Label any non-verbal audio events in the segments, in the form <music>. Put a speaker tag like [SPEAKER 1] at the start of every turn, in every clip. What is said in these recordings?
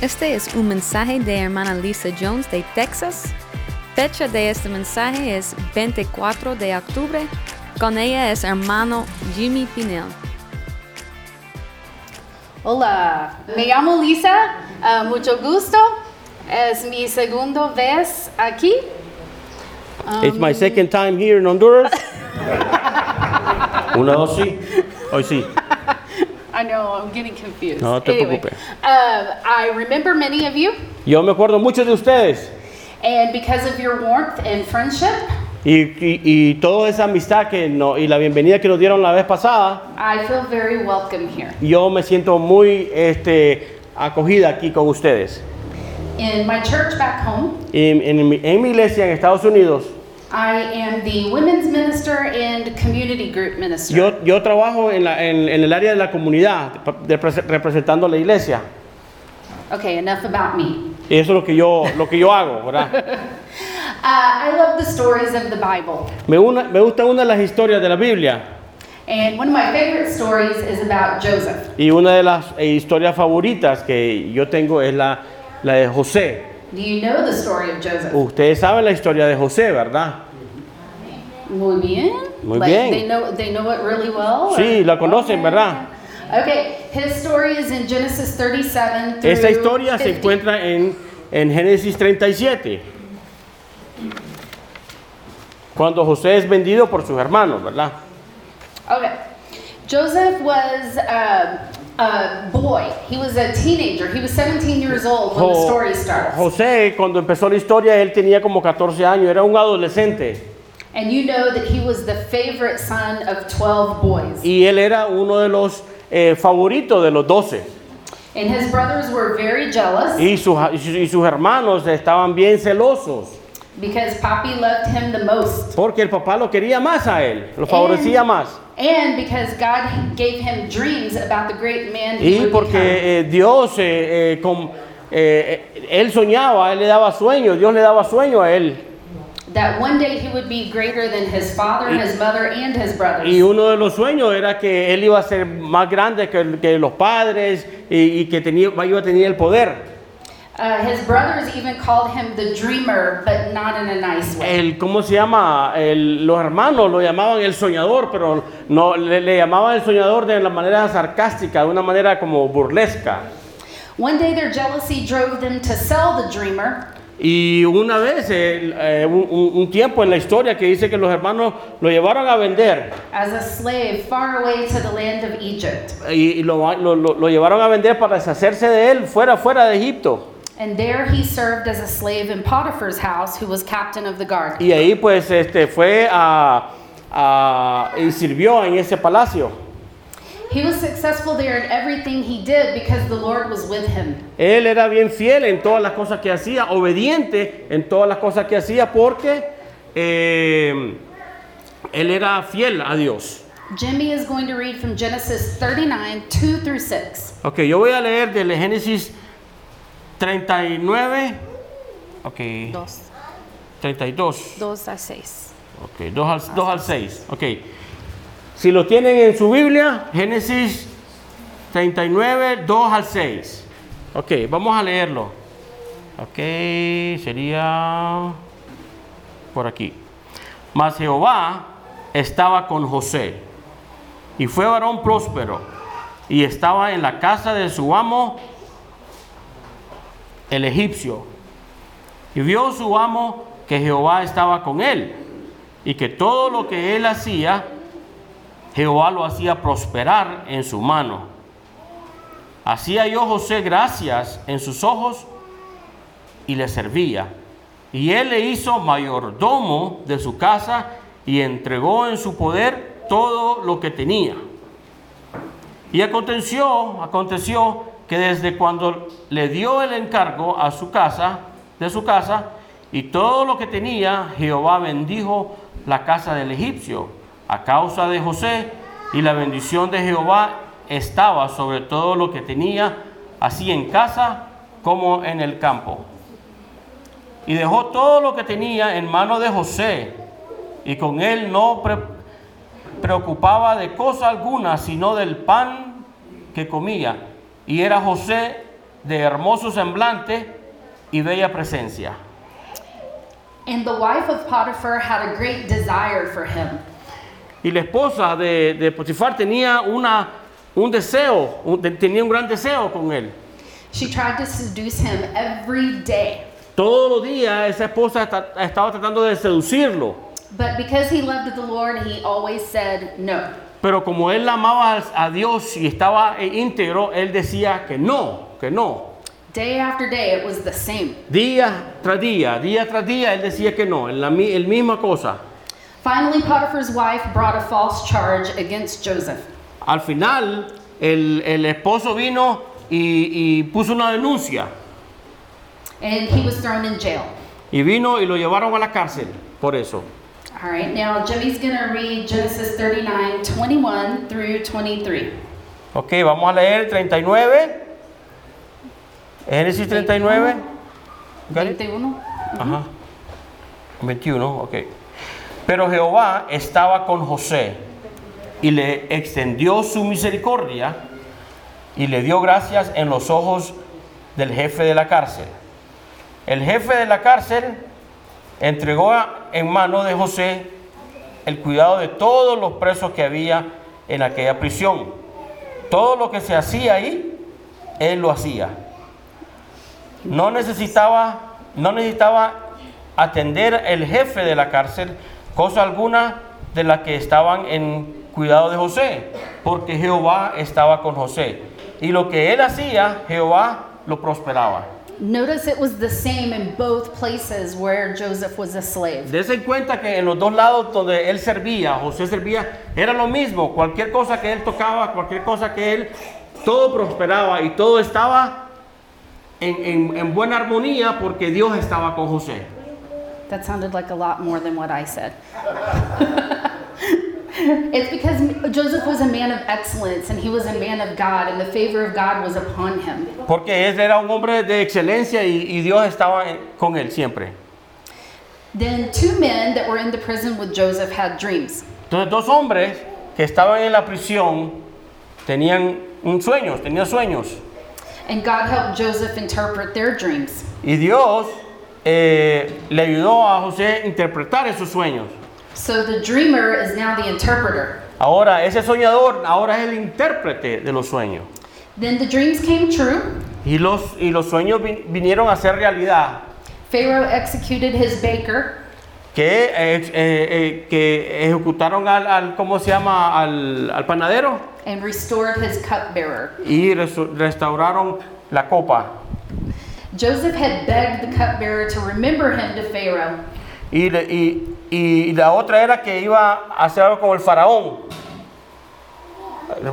[SPEAKER 1] Este es un mensaje de hermana Lisa Jones de Texas. Fecha de este mensaje es 24 de octubre. Con ella es hermano Jimmy Pinel.
[SPEAKER 2] Hola, me llamo Lisa, ah, mucho gusto. Es mi segunda vez aquí.
[SPEAKER 3] It's my second time here in Honduras. Una, dos, sí. Hoy sí.
[SPEAKER 2] I know, I'm getting confused.
[SPEAKER 3] No te
[SPEAKER 2] Anyway,
[SPEAKER 3] preocupes.
[SPEAKER 2] uh, I remember many of you,
[SPEAKER 3] Yo me acuerdo mucho de ustedes
[SPEAKER 2] and because of your warmth and friendship,
[SPEAKER 3] y, y- y toda esa amistad que no, y la bienvenida que nos dieron la vez pasada.
[SPEAKER 2] I feel very welcome here.
[SPEAKER 3] Yo me siento muy este, acogida aquí con ustedes.
[SPEAKER 2] In my church back home,
[SPEAKER 3] En, en mi- en mi iglesia en Estados Unidos,
[SPEAKER 2] I am the women's minister and community group minister.
[SPEAKER 3] yo, yo trabajo en, la- en- en el área de la comunidad, de- representando a la iglesia.
[SPEAKER 2] Okay, enough about me.
[SPEAKER 3] Y eso es lo que yo, lo que yo hago, ¿verdad?
[SPEAKER 2] Uh, I love the stories of the Bible.
[SPEAKER 3] Me, una- me gusta una de las historias de la Biblia.
[SPEAKER 2] And one of my favorite stories is about Joseph.
[SPEAKER 3] Y una de las eh, historias favoritas que yo tengo es la, la de José.
[SPEAKER 2] Do you know the story of Joseph?
[SPEAKER 3] Ustedes saben la historia de José, ¿verdad?
[SPEAKER 2] Muy bien.
[SPEAKER 3] Muy
[SPEAKER 2] like
[SPEAKER 3] bien.
[SPEAKER 2] They know, they know it really well.
[SPEAKER 3] Sí,
[SPEAKER 2] or-
[SPEAKER 3] la conocen,
[SPEAKER 2] Okay.
[SPEAKER 3] ¿verdad?
[SPEAKER 2] Okay, his story is in Genesis 37 through
[SPEAKER 3] Esta historia se
[SPEAKER 2] 50.
[SPEAKER 3] encuentra en, en Génesis 37. Cuando José es vendido por sus hermanos, ¿verdad?
[SPEAKER 2] Okay. Joseph was um, a boy. He was a teenager. He was 17 years old when the
[SPEAKER 3] Jo-
[SPEAKER 2] story starts.
[SPEAKER 3] José, cuando empezó la historia, él tenía como 14 años, era un adolescente.
[SPEAKER 2] And you know that he was the favorite son of 12 boys.
[SPEAKER 3] Y él era uno de los eh, favoritos de los 12.
[SPEAKER 2] And his brothers were very jealous
[SPEAKER 3] Y sus, y sus hermanos estaban bien celosos.
[SPEAKER 2] because Poppy loved him the most.
[SPEAKER 3] Porque el papá lo quería más a él, lo favorecía
[SPEAKER 2] And-
[SPEAKER 3] más.
[SPEAKER 2] And because God gave him dreams about the great man he
[SPEAKER 3] Y
[SPEAKER 2] would become.
[SPEAKER 3] porque eh, Dios, eh, eh, con- eh, eh, él soñaba, él le daba sueño, Dios le daba sueño a él.
[SPEAKER 2] That one day he would be greater than his father, his mother, and his brothers.
[SPEAKER 3] Y uno de los sueños era que él iba a ser más grande que, que los padres y, y que tenía, iba a tener el poder.
[SPEAKER 2] Uh, his brothers even called him the dreamer, but not in a nice way.
[SPEAKER 3] El, ¿Cómo se llama? El- los hermanos lo llamaban el soñador, pero no le, le llamaban el soñador de la manera sarcástica, de una manera como burlesca.
[SPEAKER 2] One day their jealousy drove them to sell the dreamer,
[SPEAKER 3] Y una vez, el, eh, un, un- un tiempo en la historia que dice que los hermanos lo llevaron a vender
[SPEAKER 2] as a slave far away to the land of Egypt.
[SPEAKER 3] y, y lo, lo- lo- lo llevaron a vender para deshacerse de él fuera, fuera de Egipto.
[SPEAKER 2] And there he served as a slave in Potiphar's house, who was captain of the guard.
[SPEAKER 3] Y ahí pues este, fue a, a- y sirvió en ese palacio.
[SPEAKER 2] He was successful there in everything he did because the Lord was with him.
[SPEAKER 3] Él era bien fiel en todas las cosas que hacía, obediente en todas las cosas que hacía porque eh, él era fiel a Dios.
[SPEAKER 2] Jimmy is going to read from Genesis 39 2 through 6.
[SPEAKER 3] Ok, yo voy a leer del Génesis 39. Ok.
[SPEAKER 1] 2,
[SPEAKER 3] 32.
[SPEAKER 1] 2 a 6.
[SPEAKER 3] Ok, 2 al, 6. Ok. Si lo tienen en su Biblia, Génesis 39, 2 al 6. Ok, vamos a leerlo. Ok, sería por aquí. Mas Jehová estaba con José y fue varón próspero y estaba en la casa de su amo, el egipcio. Y vio su amo que Jehová estaba con él y que todo lo que él hacía, Jehová lo hacía prosperar en su mano. Hacía yo José gracias en sus ojos y le servía. Y él le hizo mayordomo de su casa y entregó en su poder todo lo que tenía. Y aconteció, aconteció que desde cuando le dio el encargo a su casa, de su casa, y todo lo que tenía, Jehová bendijo la casa del egipcio a causa de José, y la bendición de Jehová estaba sobre todo lo que tenía, así en casa como en el campo. Y dejó todo lo que tenía en mano de José, y con él no pre- preocupaba de cosa alguna, sino del pan que comía. Y era José de hermoso semblante y bella presencia.
[SPEAKER 2] And the wife of Potiphar had a great desire for him.
[SPEAKER 3] Y la esposa de, de Potifar tenía una, un deseo, un- te- tenía un gran deseo con él.
[SPEAKER 2] She tried to seduce him every day.
[SPEAKER 3] Todos los días esa esposa está- estaba tratando de seducirlo,
[SPEAKER 2] But because he loved the Lord, he always said no.
[SPEAKER 3] pero como él amaba al- a Dios y estaba eh, íntegro, él decía que no, que no.
[SPEAKER 2] Day after day, it was the same.
[SPEAKER 3] Día tras día, día tras día, él decía que no, en la, mi- el misma cosa.
[SPEAKER 2] Finally, Potiphar's wife brought a false charge against Joseph.
[SPEAKER 3] Al final, el, el esposo vino y, y puso una denuncia.
[SPEAKER 2] and he was thrown in jail.
[SPEAKER 3] Y vino y lo llevaron a la cárcel por eso.
[SPEAKER 2] All right, now Jimmy's going to read Genesis 39 21 through 23.
[SPEAKER 3] Ok, vamos a leer 39. Génesis 39. Got it?
[SPEAKER 2] 21.
[SPEAKER 3] Ajá. 21, ok. Pero Jehová estaba con José y le extendió su misericordia y le dio gracias en los ojos del jefe de la cárcel. El jefe de la cárcel entregó a- en mano de José el cuidado de todos los presos que había en aquella prisión. Todo lo que se hacía ahí, él lo hacía. No necesitaba, no necesitaba atender el jefe de la cárcel, cosa alguna de la que estaban en cuidado de José, porque Jehová estaba con José. Y lo que él hacía, Jehová lo prosperaba.
[SPEAKER 2] Notice it was the same in both places where Joseph was a slave.
[SPEAKER 3] Dese en cuenta que en los dos lados donde él servía, José servía, era lo mismo. Cualquier cosa que él tocaba, cualquier cosa que él, todo prosperaba y todo estaba en- en- en buena armonía porque Dios estaba con José.
[SPEAKER 2] That sounded like a lot more than what I said. <laughs> it's because Joseph was a man of excellence and he was a man of God, and the favor of God was upon him.
[SPEAKER 3] Porque él era un hombre de excelencia y, y Dios estaba en- con él siempre.
[SPEAKER 2] Then two men that were in the prison with Joseph had dreams.
[SPEAKER 3] Entonces dos hombres que estaban en la prisión tenían un sueño, tenían sueños.
[SPEAKER 2] And God helped Joseph interpret their dreams.
[SPEAKER 3] Y Dios eh, le ayudó a José a interpretar esos sueños.
[SPEAKER 2] So the dreamer is now the interpreter.
[SPEAKER 3] Ahora ese soñador ahora es el intérprete de los sueños.
[SPEAKER 2] Then the dreams came true.
[SPEAKER 3] Y los, y los sueños vin- vinieron a ser realidad.
[SPEAKER 2] Pharaoh executed his baker,
[SPEAKER 3] Que, eh, eh, eh, que ejecutaron al, al- ¿cómo se llama? Al, al panadero.
[SPEAKER 2] and restored his cupbearer.
[SPEAKER 3] Y resu- restauraron la copa.
[SPEAKER 2] Joseph had begged the cupbearer to remember him to Pharaoh,
[SPEAKER 3] Y, le- y- y la otra era que iba a hacer algo con el faraón.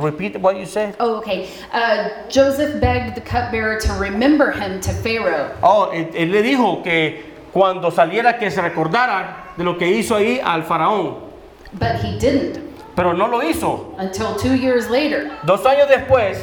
[SPEAKER 3] Repeat what you said.
[SPEAKER 2] Oh, okay. Uh, Joseph begged the cupbearer to remember him to Pharaoh.
[SPEAKER 3] Oh, él, él le dijo que cuando saliera que se recordara de lo que hizo ahí al faraón.
[SPEAKER 2] But he didn't
[SPEAKER 3] Pero no lo hizo.
[SPEAKER 2] until two years later.
[SPEAKER 3] Dos años después,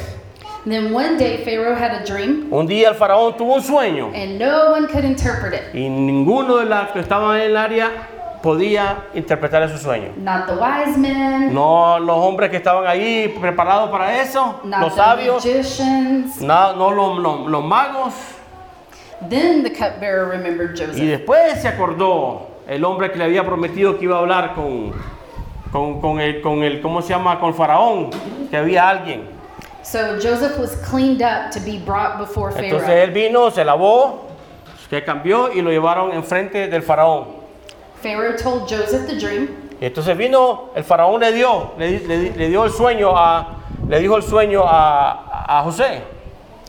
[SPEAKER 2] And then one day, Pharaoh had a dream,
[SPEAKER 3] un día el faraón tuvo un sueño
[SPEAKER 2] and no one could interpret it.
[SPEAKER 3] y ninguno de los que estaban en el área podía interpretar ese sueño.
[SPEAKER 2] Not the wise men,
[SPEAKER 3] No los hombres que estaban ahí preparados para eso,
[SPEAKER 2] not
[SPEAKER 3] los
[SPEAKER 2] the
[SPEAKER 3] sabios,
[SPEAKER 2] magicians.
[SPEAKER 3] no, no los- los- los magos.
[SPEAKER 2] Then the cupbearer remembered
[SPEAKER 3] Y
[SPEAKER 2] Joseph.
[SPEAKER 3] después se acordó el hombre que le había prometido que iba a hablar con, con, con el, con el, ¿cómo se llama? Con faraón, que había alguien.
[SPEAKER 2] So Joseph was cleaned up to be brought before
[SPEAKER 3] Entonces
[SPEAKER 2] Pharaoh.
[SPEAKER 3] él vino, se lavó, se cambió y lo llevaron enfrente del faraón.
[SPEAKER 2] Pharaoh told Joseph the dream.
[SPEAKER 3] Y entonces vino, el faraón le dio, le, di- le di- le dio el sueño a, le dijo el sueño a, a José.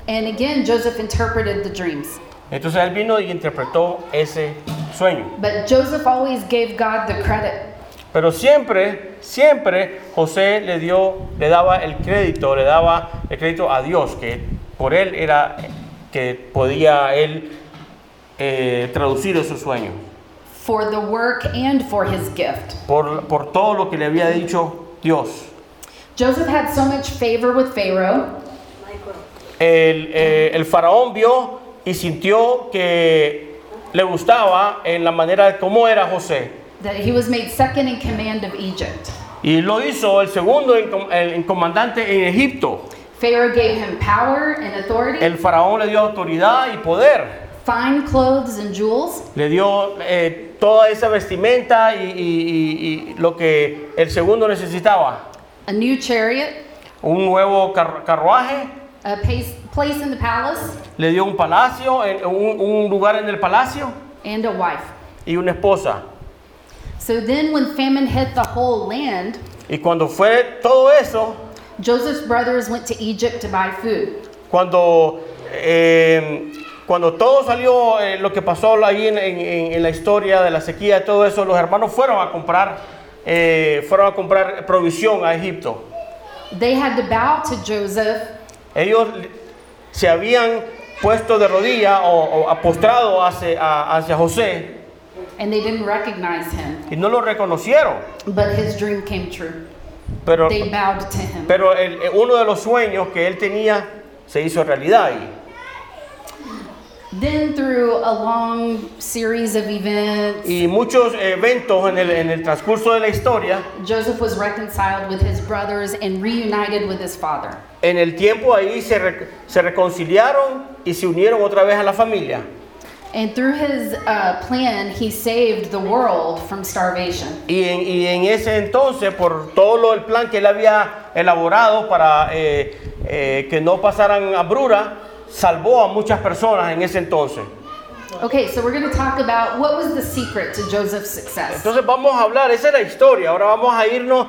[SPEAKER 2] And again, Joseph interpreted the dreams.
[SPEAKER 3] Entonces él vino y interpretó ese sueño.
[SPEAKER 2] But Joseph always gave God the credit.
[SPEAKER 3] Pero siempre, siempre José le dio, le daba el crédito, le daba el crédito a Dios, que por él era que podía él eh, traducir esos sueños,
[SPEAKER 2] for the work and for his gift.
[SPEAKER 3] por, por todo lo que le había dicho Dios.
[SPEAKER 2] Joseph had so much favor with Pharaoh
[SPEAKER 3] El, eh, el faraón vio y sintió que le gustaba en la manera de cómo era José.
[SPEAKER 2] that he was made second in command of Egypt.
[SPEAKER 3] Y lo hizo el segundo en com- el en comandante en Egipto.
[SPEAKER 2] Pharaoh gave him power and authority,
[SPEAKER 3] El faraón le dio autoridad y poder.
[SPEAKER 2] fine clothes and jewels.
[SPEAKER 3] Le dio eh, toda esa vestimenta y, y- y- y lo que el segundo necesitaba.
[SPEAKER 2] A new chariot,
[SPEAKER 3] Un nuevo car- carruaje.
[SPEAKER 2] a pace, place in the palace,
[SPEAKER 3] Le dio un palacio, en- un- un lugar en el palacio
[SPEAKER 2] and a wife.
[SPEAKER 3] y una esposa.
[SPEAKER 2] So then, when famine hit the whole land,
[SPEAKER 3] Y cuando fue todo eso,
[SPEAKER 2] Joseph's brothers went to Egypt to buy food.
[SPEAKER 3] cuando, eh, cuando todo salió, eh, lo que pasó ahí en, en- en- en la historia de la sequía y todo eso, los hermanos fueron a comprar, eh, fueron a comprar provisión a Egipto.
[SPEAKER 2] They had to bow to Joseph
[SPEAKER 3] Ellos se habían puesto de rodilla o, o apostrado hacia, a- hacia José
[SPEAKER 2] and they didn't recognize him,
[SPEAKER 3] y no lo reconocieron,
[SPEAKER 2] but his dream came true.
[SPEAKER 3] pero,
[SPEAKER 2] They bowed to him.
[SPEAKER 3] pero el- eh, uno de los sueños que él tenía se hizo realidad. Y,
[SPEAKER 2] Then, through a long series of events,
[SPEAKER 3] Y muchos eventos en el, en el transcurso de la historia,
[SPEAKER 2] Joseph was reconciled with his brothers and reunited with his father.
[SPEAKER 3] en el tiempo ahí se, re- se reconciliaron y se unieron otra vez a la familia.
[SPEAKER 2] And through his uh, plan, he saved the world from starvation.
[SPEAKER 3] Y en, y en ese entonces, por todo lo- el plan que él había elaborado para eh, eh, que no pasaran hambruna, salvó a muchas personas en ese entonces.
[SPEAKER 2] Okay, so we're going to talk about what was the secret to Joseph's success.
[SPEAKER 3] Entonces vamos a hablar, esa es la historia, ahora vamos a irnos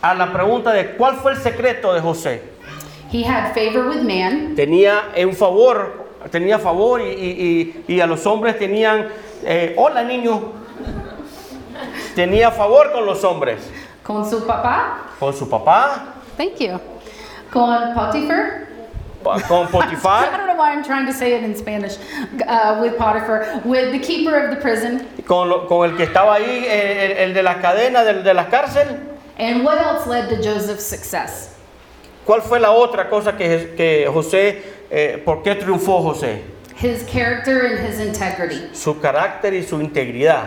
[SPEAKER 3] a la pregunta de cuál fue el secreto de José.
[SPEAKER 2] He had favor with man,
[SPEAKER 3] tenía un favor, tenía favor y, y- y- y a los hombres tenían, eh, hola niños, tenía favor con los hombres,
[SPEAKER 2] con su papá.
[SPEAKER 3] con su papá,
[SPEAKER 2] Thank you. Con Potiphar.
[SPEAKER 3] pa-
[SPEAKER 2] <laughs> I
[SPEAKER 3] con Potifar,
[SPEAKER 2] don't know why I'm trying to say it in Spanish. Uh, with Potiphar, with the keeper of the prison.
[SPEAKER 3] con, lo- con el que estaba ahí, eh, el, el de la cadena, del de la cárcel.
[SPEAKER 2] And what else led to Joseph's success?
[SPEAKER 3] ¿Cuál fue la otra cosa que, que José, eh, por qué triunfó José?
[SPEAKER 2] His character and his integrity.
[SPEAKER 3] Su carácter y su integridad.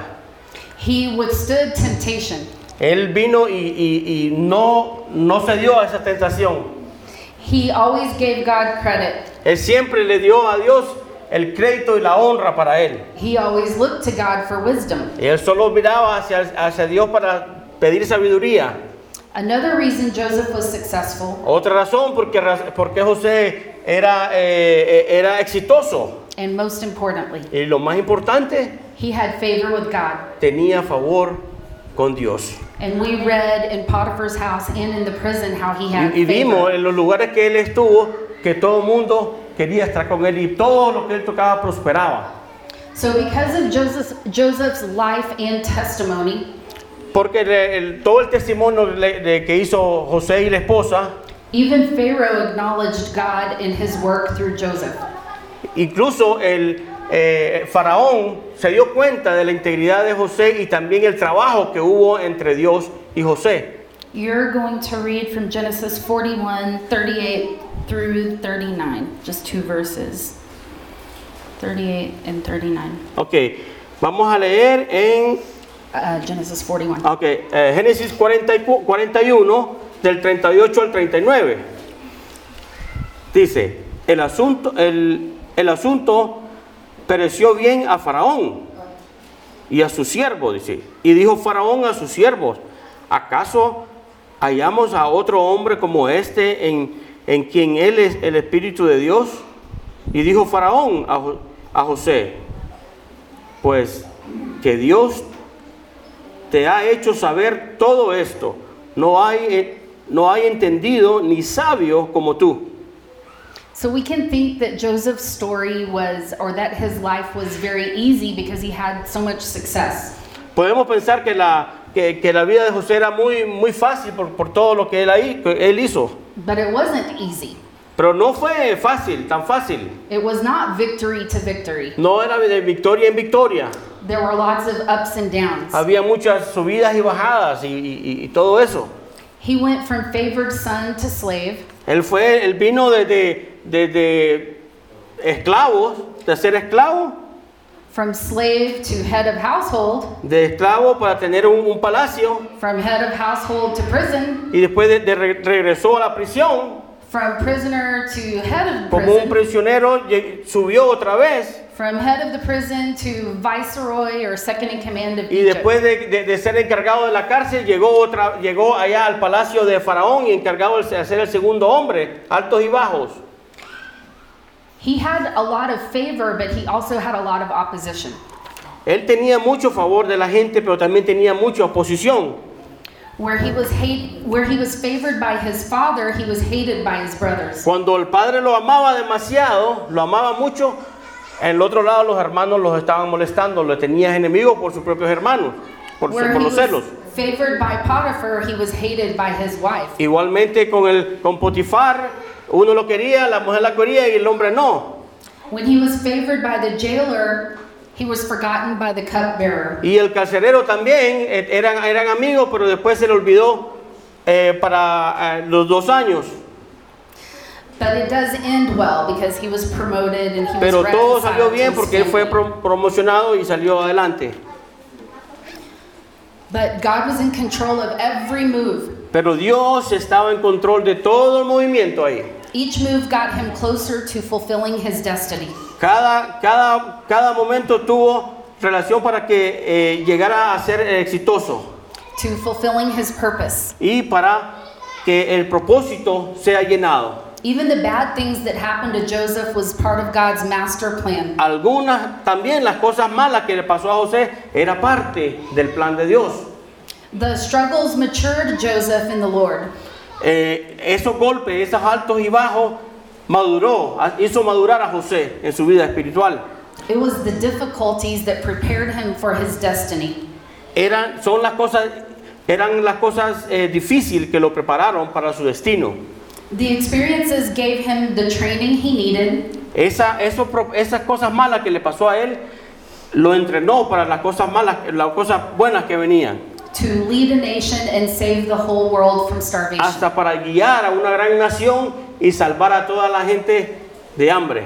[SPEAKER 2] He withstood temptation.
[SPEAKER 3] Él vino y, y- y no, no cedió a esa tentación.
[SPEAKER 2] He always gave God credit.
[SPEAKER 3] Él siempre le dio a Dios el crédito y la honra para él.
[SPEAKER 2] He always looked to God for wisdom.
[SPEAKER 3] Él solo miraba hacia, hacia Dios para pedir sabiduría.
[SPEAKER 2] Another reason Joseph was successful
[SPEAKER 3] Otra razón porque, raz- porque José era, eh, eh, era exitoso.
[SPEAKER 2] and most importantly,
[SPEAKER 3] Y lo más importante,
[SPEAKER 2] he had favor with God.
[SPEAKER 3] tenía favor con Dios.
[SPEAKER 2] And we read in Potiphar's house and in the prison how he had
[SPEAKER 3] Y, y vimos
[SPEAKER 2] favor.
[SPEAKER 3] en los lugares que él estuvo que todo el mundo quería estar con él y todo lo que él tocaba prosperaba.
[SPEAKER 2] So because of Joseph, Joseph's life and testimony,
[SPEAKER 3] Porque le- el- todo el testimonio le- de que hizo José y la esposa,
[SPEAKER 2] even Pharaoh acknowledged God in his work through Joseph.
[SPEAKER 3] Incluso el eh, faraón se dio cuenta de la integridad de José y también el trabajo que hubo entre Dios y José.
[SPEAKER 2] You're going to read from Genesis 41, 38 through 39, just two verses 38 and 39.
[SPEAKER 3] Ok, vamos a leer en
[SPEAKER 2] Uh, Genesis 41.
[SPEAKER 3] ok, eh, Génesis 40 y cu- 41 del 38 al 39. Dice, el asunto, el, el asunto pereció bien a faraón y a su siervo, dice. Y dijo faraón a sus siervos, ¿acaso hallamos a otro hombre como este en, en quien él es el Espíritu de Dios? Y dijo faraón a Jo- a José, pues que Dios te ha hecho saber todo esto. No hay, eh, no hay entendido ni sabio como tú.
[SPEAKER 2] So we can think that Joseph's story was, or that his life was very easy because he had so much success.
[SPEAKER 3] Podemos pensar que la, que, que la vida de José era muy, muy fácil por, por todo lo que él, ahí- que él hizo.
[SPEAKER 2] But it wasn't easy.
[SPEAKER 3] Pero no fue fácil, tan fácil.
[SPEAKER 2] It was not victory to victory.
[SPEAKER 3] No era de victoria en victoria.
[SPEAKER 2] There were lots of ups and downs.
[SPEAKER 3] Había muchas subidas y bajadas y, y- y todo eso.
[SPEAKER 2] He went from favored son to slave,
[SPEAKER 3] Él fue, él vino desde, desde esclavos, de ser esclavo,
[SPEAKER 2] from slave to head of household,
[SPEAKER 3] de esclavo para tener un- un palacio,
[SPEAKER 2] from head of household to prison,
[SPEAKER 3] y después de, de re- regresó a la prisión
[SPEAKER 2] From prisoner to head of the
[SPEAKER 3] Como un
[SPEAKER 2] prison.
[SPEAKER 3] prisionero lle- subió otra vez
[SPEAKER 2] From head of the prison to viceroy or second in command of
[SPEAKER 3] y
[SPEAKER 2] Egypt.
[SPEAKER 3] después de, de- de ser encargado de la cárcel llegó otra llegó allá al palacio de Faraón y encargado de ser el segundo hombre, altos y bajos.
[SPEAKER 2] He had a lot of favor, but he also had a lot of opposition.
[SPEAKER 3] Él tenía mucho favor de la gente, pero también tenía mucha oposición.
[SPEAKER 2] Where he was hate, where he was favored by his father, he was hated by his brothers.
[SPEAKER 3] Cuando el padre lo amaba demasiado, lo amaba mucho, en el otro lado los hermanos los estaban molestando, lo tenías enemigo por sus propios hermanos, por,
[SPEAKER 2] Where
[SPEAKER 3] por
[SPEAKER 2] he
[SPEAKER 3] los celos.
[SPEAKER 2] was favored by Potiphar, he was hated by his wife.
[SPEAKER 3] Igualmente con el con Potifar, uno lo quería, la mujer la quería y el hombre no.
[SPEAKER 2] When he was favored by the jailer, he was forgotten by the cupbearer.
[SPEAKER 3] Y el carcelero también eh, eran eran amigos, pero después se le olvidó eh, para eh, los dos años.
[SPEAKER 2] But it does end well because he was promoted and he
[SPEAKER 3] Pero
[SPEAKER 2] was
[SPEAKER 3] todo salió
[SPEAKER 2] reconciled
[SPEAKER 3] bien
[SPEAKER 2] to his
[SPEAKER 3] porque él fue
[SPEAKER 2] family.
[SPEAKER 3] pro- promocionado y salió adelante.
[SPEAKER 2] But God was in control of every move.
[SPEAKER 3] Pero Dios estaba en control de todo el movimiento ahí.
[SPEAKER 2] Each move got him closer to fulfilling his destiny.
[SPEAKER 3] Cada, cada, cada momento tuvo relación para que eh, llegara a ser eh, exitoso
[SPEAKER 2] to fulfilling his purpose.
[SPEAKER 3] y para que el propósito sea llenado.
[SPEAKER 2] Even the bad things that happened to Joseph was part of God's master plan.
[SPEAKER 3] Algunas, también las cosas malas que le pasó a José, era parte del plan de Dios.
[SPEAKER 2] The struggles matured Joseph in the Lord.
[SPEAKER 3] Eh, esos golpes, esos altos y bajos, maduró, hizo madurar a José en su vida espiritual.
[SPEAKER 2] It was the difficulties that prepared him for his destiny.
[SPEAKER 3] Eran, son las cosas, eran las cosas difíciles que lo prepararon para su destino.
[SPEAKER 2] The experiences gave him the training he needed.
[SPEAKER 3] Esa, eso pro- esas cosas malas que le pasó a él, lo entrenó para las cosas malas, las cosas buenas que venían.
[SPEAKER 2] To lead a nation and save the whole world from starvation.
[SPEAKER 3] Hasta para guiar a una gran nación y salvar a toda la gente de hambre.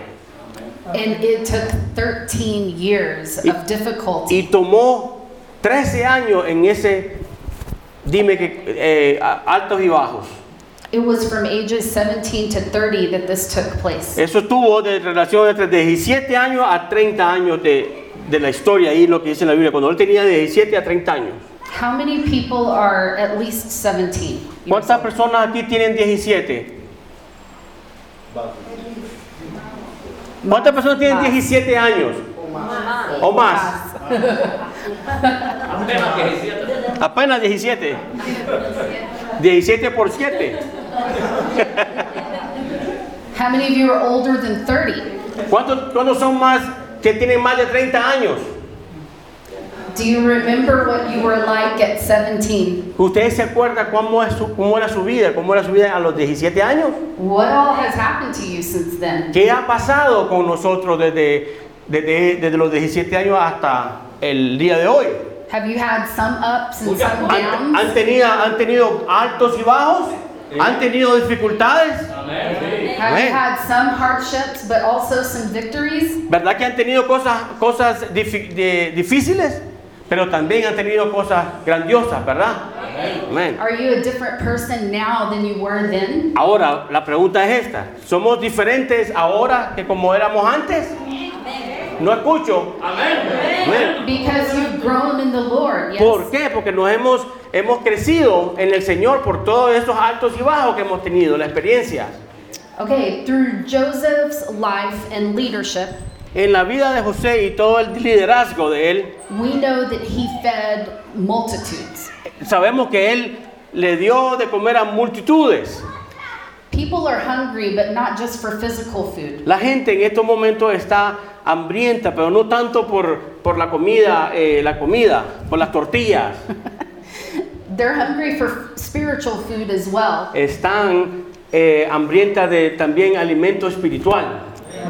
[SPEAKER 2] And it took 13 years of difficulty.
[SPEAKER 3] Y tomó 13 años en ese, dime que, eh, a- altos y bajos.
[SPEAKER 2] It was from ages 17 to 30 that this took place.
[SPEAKER 3] Eso estuvo de relación entre 17 años a 30 años de, de la historia, ahí lo que dice en la Biblia, cuando él tenía de 17 a 30 años.
[SPEAKER 2] How many people are at least 17? years
[SPEAKER 3] ¿Cuántas personas aquí tienen 17? ¿Cuántas personas tienen
[SPEAKER 2] Más.
[SPEAKER 3] 17 años? O más.
[SPEAKER 2] old?
[SPEAKER 3] Apenas 17. 17 por 7.
[SPEAKER 2] How many of you are older than 30?
[SPEAKER 3] ¿Cuántos, cuántos son más que tienen más de 30 años?
[SPEAKER 2] Do you remember what you were like at 17?
[SPEAKER 3] ¿Ustedes se acuerdan cómo, es su- cómo era su vida? ¿Cómo era su vida a los 17 años?
[SPEAKER 2] What all has happened to you since then?
[SPEAKER 3] ¿Qué ha pasado con nosotros desde, desde, desde los 17 años hasta el día de hoy?
[SPEAKER 2] Have you had some ups and some
[SPEAKER 3] ¿Han, han
[SPEAKER 2] downs?
[SPEAKER 3] tenido, ¿Han tenido altos y bajos? ¿Han tenido dificultades?
[SPEAKER 2] Have you had some hardships but also some victories?
[SPEAKER 3] ¿Verdad que han tenido cosas, cosas difi- de- difíciles? Pero también han tenido cosas grandiosas, ¿verdad? Amén.
[SPEAKER 2] Are you a different person now than you were then?
[SPEAKER 3] Ahora, la pregunta es esta. ¿Somos diferentes ahora que como éramos antes? No escucho. Amén.
[SPEAKER 2] Because you've grown in the Lord,
[SPEAKER 3] ¿Por
[SPEAKER 2] yes.
[SPEAKER 3] qué? Porque nos hemos, hemos crecido en el Señor por todos esos altos y bajos que hemos tenido, la experiencia.
[SPEAKER 2] Okay, through Joseph's life and leadership,
[SPEAKER 3] En la vida de José y todo el liderazgo de él,
[SPEAKER 2] we know that he fed multitudes.
[SPEAKER 3] sabemos que él le dio de comer a multitudes.
[SPEAKER 2] People are hungry, but not just for physical food.
[SPEAKER 3] La gente en estos momentos está hambrienta, pero no tanto por, por la comida, eh, la comida, por las tortillas.
[SPEAKER 2] They're hungry for spiritual food as well,
[SPEAKER 3] Están eh, hambrientas de también alimento espiritual,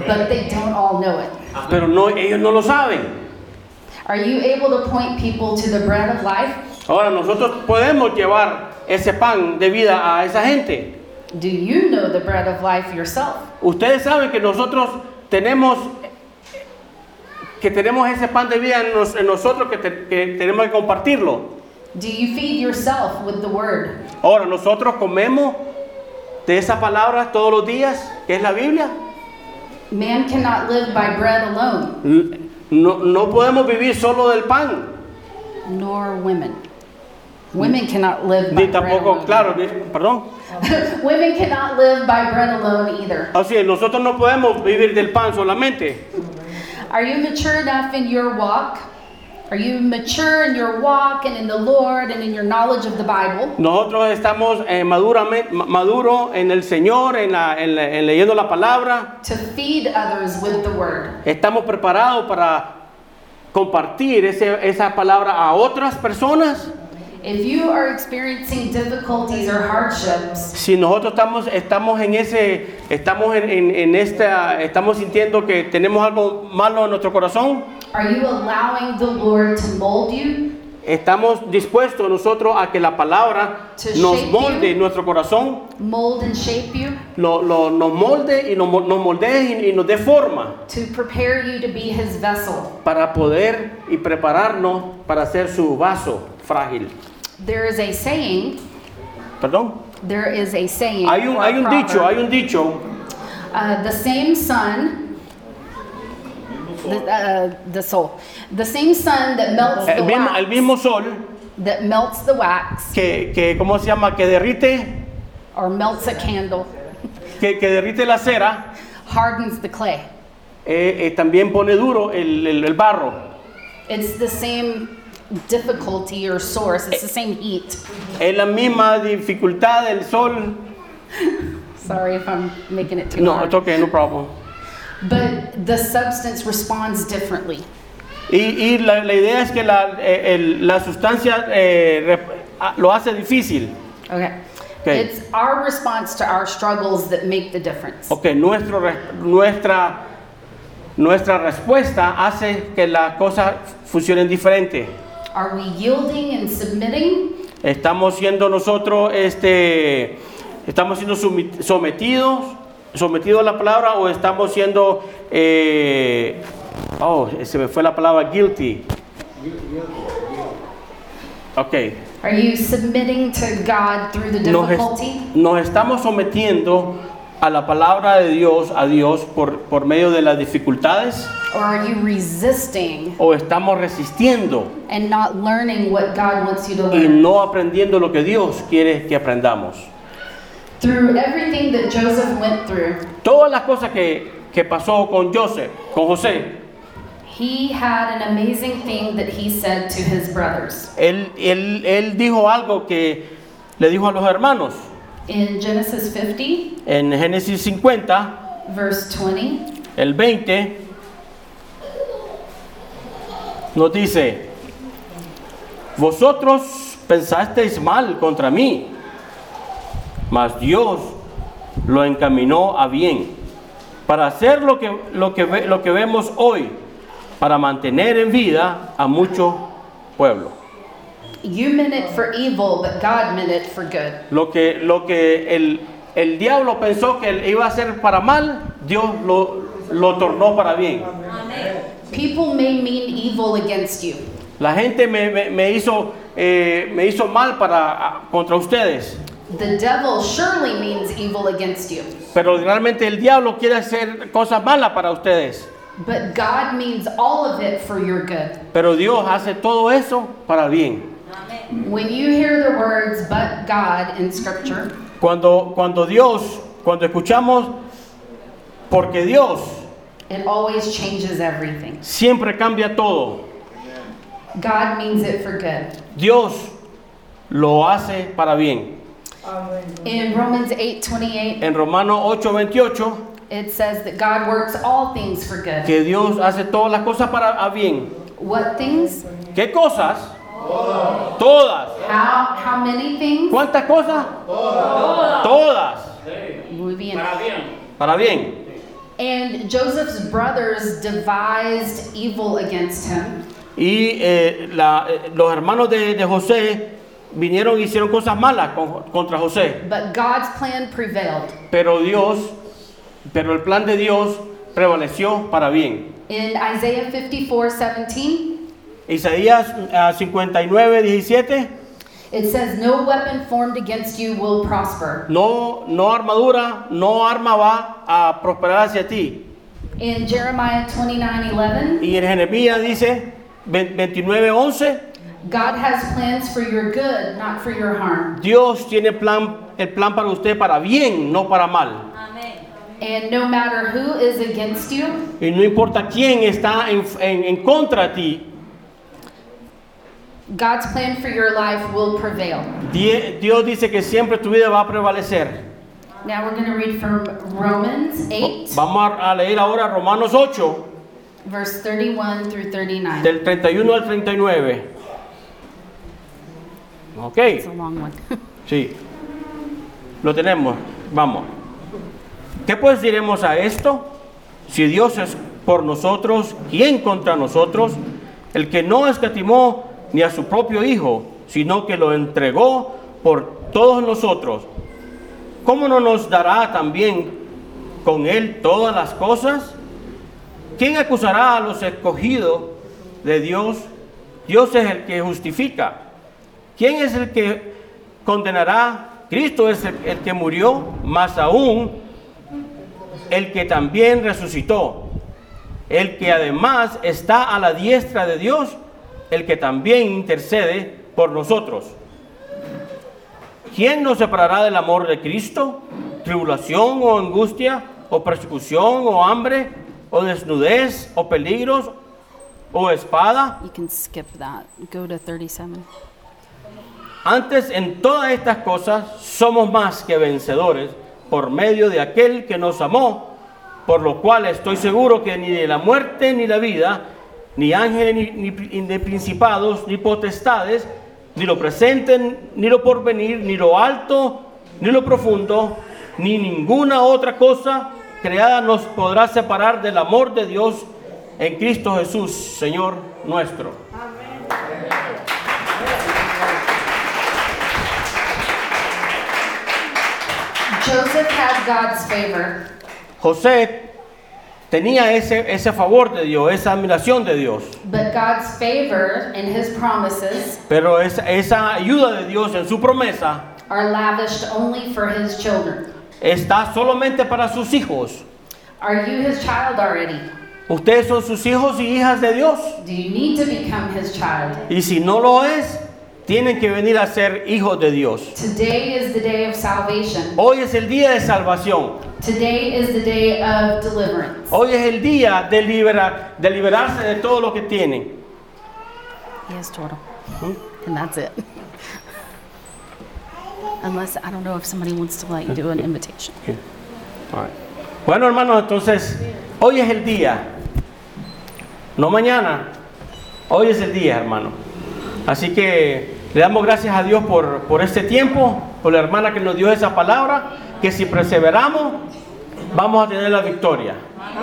[SPEAKER 2] but they don't all know it.
[SPEAKER 3] pero no, ellos no lo saben.
[SPEAKER 2] Are you able to point people to the bread of life?
[SPEAKER 3] Ahora nosotros podemos llevar ese pan de vida a esa gente.
[SPEAKER 2] Do you know the bread of life yourself?
[SPEAKER 3] Ustedes saben que nosotros tenemos que tenemos ese pan de vida en, nos- en nosotros que, te- que tenemos que compartirlo.
[SPEAKER 2] Do you feed yourself with the word?
[SPEAKER 3] Ahora nosotros comemos de esa palabra todos los días, que es la Biblia.
[SPEAKER 2] Man cannot live by bread alone,
[SPEAKER 3] N- No, no podemos vivir solo del pan,
[SPEAKER 2] nor women. Women cannot live by
[SPEAKER 3] Hmm. ni
[SPEAKER 2] bread
[SPEAKER 3] tampoco,
[SPEAKER 2] alone.
[SPEAKER 3] claro, ni- perdón.
[SPEAKER 2] <laughs> Women cannot live by bread alone either.
[SPEAKER 3] Así es, nosotros no podemos vivir del pan solamente.
[SPEAKER 2] Are you mature enough in your walk? Are you mature in your walk and in the Lord and in your knowledge of the Bible?
[SPEAKER 3] Nosotros estamos eh, maduramente, ma- maduro en el Señor, en, la- en la- en leyendo la palabra.
[SPEAKER 2] To feed others with the word.
[SPEAKER 3] Estamos preparados para compartir ese- esa palabra a otras personas.
[SPEAKER 2] If you are experiencing difficulties or hardships,
[SPEAKER 3] Si nosotros estamos, estamos en ese, estamos en, en- en esta, estamos sintiendo que tenemos algo malo en nuestro corazón,
[SPEAKER 2] are you allowing the Lord to mold you?
[SPEAKER 3] estamos dispuestos nosotros a que la palabra
[SPEAKER 2] To
[SPEAKER 3] nos
[SPEAKER 2] shape
[SPEAKER 3] molde
[SPEAKER 2] you.
[SPEAKER 3] nuestro corazón,
[SPEAKER 2] Mold and shape you?
[SPEAKER 3] lo- lo- nos molde y nos, mo- nos moldee y, y nos dé forma
[SPEAKER 2] To prepare you to be his vessel.
[SPEAKER 3] para poder y prepararnos para ser su vaso frágil.
[SPEAKER 2] There is a saying,
[SPEAKER 3] Perdón.
[SPEAKER 2] there is a saying.
[SPEAKER 3] Hay un,
[SPEAKER 2] or a
[SPEAKER 3] hay un dicho,
[SPEAKER 2] proverb.
[SPEAKER 3] hay un dicho.
[SPEAKER 2] Uh, the same sun, the, uh, the soul, the same sun that melts the
[SPEAKER 3] El mismo, el
[SPEAKER 2] wax,
[SPEAKER 3] mismo sol
[SPEAKER 2] that melts the wax
[SPEAKER 3] que, que, ¿cómo se llama? Que derrite,
[SPEAKER 2] or melts a candle,
[SPEAKER 3] que, que derrite la cera.
[SPEAKER 2] hardens the clay.
[SPEAKER 3] Eh, eh, también pone duro el, el- el barro.
[SPEAKER 2] It's the same difficulty or source. It's the same heat.
[SPEAKER 3] Es la misma dificultad del sol.
[SPEAKER 2] Sorry if I'm making it too
[SPEAKER 3] No,
[SPEAKER 2] hard.
[SPEAKER 3] it's okay, no problem.
[SPEAKER 2] But the substance responds differently.
[SPEAKER 3] Y, y la, la idea es que la, eh, el- la sustancia eh, rep- ah, lo hace difícil.
[SPEAKER 2] Okay.
[SPEAKER 3] Okay.
[SPEAKER 2] It's our response to our struggles that make the difference.
[SPEAKER 3] Ok, nuestro, re- nuestra, nuestra respuesta hace que las cosas funcionen diferente.
[SPEAKER 2] Are we yielding and submitting?
[SPEAKER 3] Estamos siendo nosotros, este, estamos siendo sumi- sometidos, sometidos a la palabra o estamos siendo, eh, oh, se me fue la palabra guilty. Ok,
[SPEAKER 2] Are you submitting to God through the
[SPEAKER 3] nos, es-
[SPEAKER 2] difficulty?
[SPEAKER 3] nos estamos sometiendo a la palabra de Dios, a Dios por, por medio de las dificultades
[SPEAKER 2] Or are you resisting
[SPEAKER 3] o estamos resistiendo
[SPEAKER 2] and not learning what God wants you to
[SPEAKER 3] y
[SPEAKER 2] learn?
[SPEAKER 3] no aprendiendo lo que Dios quiere que aprendamos.
[SPEAKER 2] Through everything that Joseph went through,
[SPEAKER 3] Todas las cosas que, que pasó con Joseph, con José,
[SPEAKER 2] he had an amazing thing that he said to his brothers.
[SPEAKER 3] él, él- él dijo algo que le dijo a los hermanos.
[SPEAKER 2] In Genesis 50,
[SPEAKER 3] En Génesis 50,
[SPEAKER 2] verse 20,
[SPEAKER 3] el 20, nos dice, vosotros pensasteis mal contra mí, mas Dios lo encaminó a bien, para hacer lo que, lo que, ve- lo que vemos hoy, para mantener en vida a mucho pueblo.
[SPEAKER 2] you meant it for evil, but God meant it for good.
[SPEAKER 3] Lo que, lo que el, el diablo pensó que él iba a hacer para mal, Dios lo, lo tornó para bien.
[SPEAKER 2] People may mean evil against you,
[SPEAKER 3] La gente me, me- me hizo, eh, me hizo mal para, contra ustedes,
[SPEAKER 2] the devil surely means evil against you,
[SPEAKER 3] pero realmente el diablo quiere hacer cosas malas para ustedes.
[SPEAKER 2] but God means all of it for your good.
[SPEAKER 3] Pero Dios hace todo eso para bien.
[SPEAKER 2] When you hear the words but God in scripture,
[SPEAKER 3] Cuando, cuando Dios, cuando escuchamos, porque Dios
[SPEAKER 2] it always changes everything.
[SPEAKER 3] siempre cambia todo,
[SPEAKER 2] God means it for good.
[SPEAKER 3] Dios lo hace para bien.
[SPEAKER 2] In Romans 8:28,
[SPEAKER 3] En Romanos 8:28
[SPEAKER 2] it says that God works all things for good.
[SPEAKER 3] que Dios hace todas las cosas para a bien.
[SPEAKER 2] What things?
[SPEAKER 3] ¿Qué cosas? Todas.
[SPEAKER 2] How how many things?
[SPEAKER 3] ¿Cuántas cosas? Todas. Todas.
[SPEAKER 2] Muy bien.
[SPEAKER 3] Para bien.
[SPEAKER 2] And Joseph's brothers devised evil against him.
[SPEAKER 3] Y eh, la- eh, los hermanos de, de José vinieron y hicieron cosas malas con- contra José.
[SPEAKER 2] But God's plan prevailed.
[SPEAKER 3] Pero Dios, pero el plan de Dios prevaleció para bien.
[SPEAKER 2] In Isaiah 54 17,
[SPEAKER 3] ah, Isaías eh, 59, 17.
[SPEAKER 2] It says, No weapon formed against you will prosper.
[SPEAKER 3] No, no armadura, no arma va a prosperar hacia ti.
[SPEAKER 2] In Jeremiah 29 11,
[SPEAKER 3] Y en Jeremías dice 29:11,
[SPEAKER 2] God has plans for your good, not for your harm.
[SPEAKER 3] Dios tiene plan, el plan para usted para bien, no para mal.
[SPEAKER 2] And no matter who is against you,
[SPEAKER 3] Y no importa quién está en, en- en contra de ti,
[SPEAKER 2] God's plan for your life will prevail.
[SPEAKER 3] Die- Dios dice que siempre tu vida va a prevalecer.
[SPEAKER 2] Now we're going to read from Romans 8,
[SPEAKER 3] Vamos a a leer ahora Romanos 8,
[SPEAKER 2] verse 31 through 39.
[SPEAKER 3] del 31 al 39. Ok,
[SPEAKER 2] It's a long one. <laughs>
[SPEAKER 3] sí. Lo tenemos, vamos. ¿Qué pues diremos a esto? Si Dios es por nosotros, ¿quién contra nosotros? El que no escatimó ni a su propio Hijo, sino que lo entregó por todos nosotros. ¿Cómo no nos dará también con Él todas las cosas? ¿Quién acusará a los escogidos de Dios? Dios es el que justifica. ¿Quién es el que condenará? Cristo es el, el que murió, más aún el que también resucitó, el que además está a la diestra de Dios, el que también intercede por nosotros. ¿Quién nos separará del amor de Cristo? ¿Tribulación o angustia? ¿O persecución o hambre? ¿O desnudez? ¿O peligros? ¿O espada?
[SPEAKER 2] You can skip that. Go to 37.
[SPEAKER 3] Antes en todas estas cosas somos más que vencedores por medio de aquel que nos amó, por lo cual estoy seguro que ni de la muerte ni la vida, ni ángeles ni, ni pri- ni principados ni potestades, ni lo presente ni lo porvenir, ni lo alto ni lo profundo, ni ninguna otra cosa creada nos podrá separar del amor de Dios en Cristo Jesús, Señor nuestro.
[SPEAKER 2] Joseph had God's favor.
[SPEAKER 3] José tenía ese, ese favor de Dios, esa admiración de Dios,
[SPEAKER 2] But God's favor and his promises
[SPEAKER 3] pero esa, esa ayuda de Dios en su promesa
[SPEAKER 2] are lavished only for his children.
[SPEAKER 3] está solamente para sus hijos.
[SPEAKER 2] Are you his child already?
[SPEAKER 3] Ustedes son sus hijos y hijas de Dios.
[SPEAKER 2] Do you need to become his child?
[SPEAKER 3] Y si no lo es, tienen que venir a ser hijos de Dios.
[SPEAKER 2] Today is the day of salvation.
[SPEAKER 3] Hoy es el día de salvación.
[SPEAKER 2] Today is the day of deliverance.
[SPEAKER 3] Hoy es el día de, libera- de liberarse de todo lo que tienen. ¿Mm?
[SPEAKER 4] He has turtle. And that's it. Unless, I don't know if somebody wants to like do an invitation.
[SPEAKER 3] Bueno, hermanos, entonces, hoy es el día. No mañana. Hoy es el día, hermano. Así que le damos gracias a Dios por, por este tiempo, por la hermana que nos dio esa palabra, que si perseveramos, vamos a tener la victoria.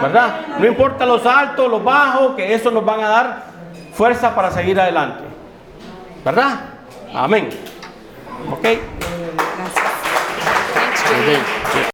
[SPEAKER 3] ¿Verdad? No importa los altos, los bajos, que eso nos van a dar fuerza para seguir adelante. ¿Verdad? Amén. Ok.
[SPEAKER 4] Gracias.
[SPEAKER 3] Ok.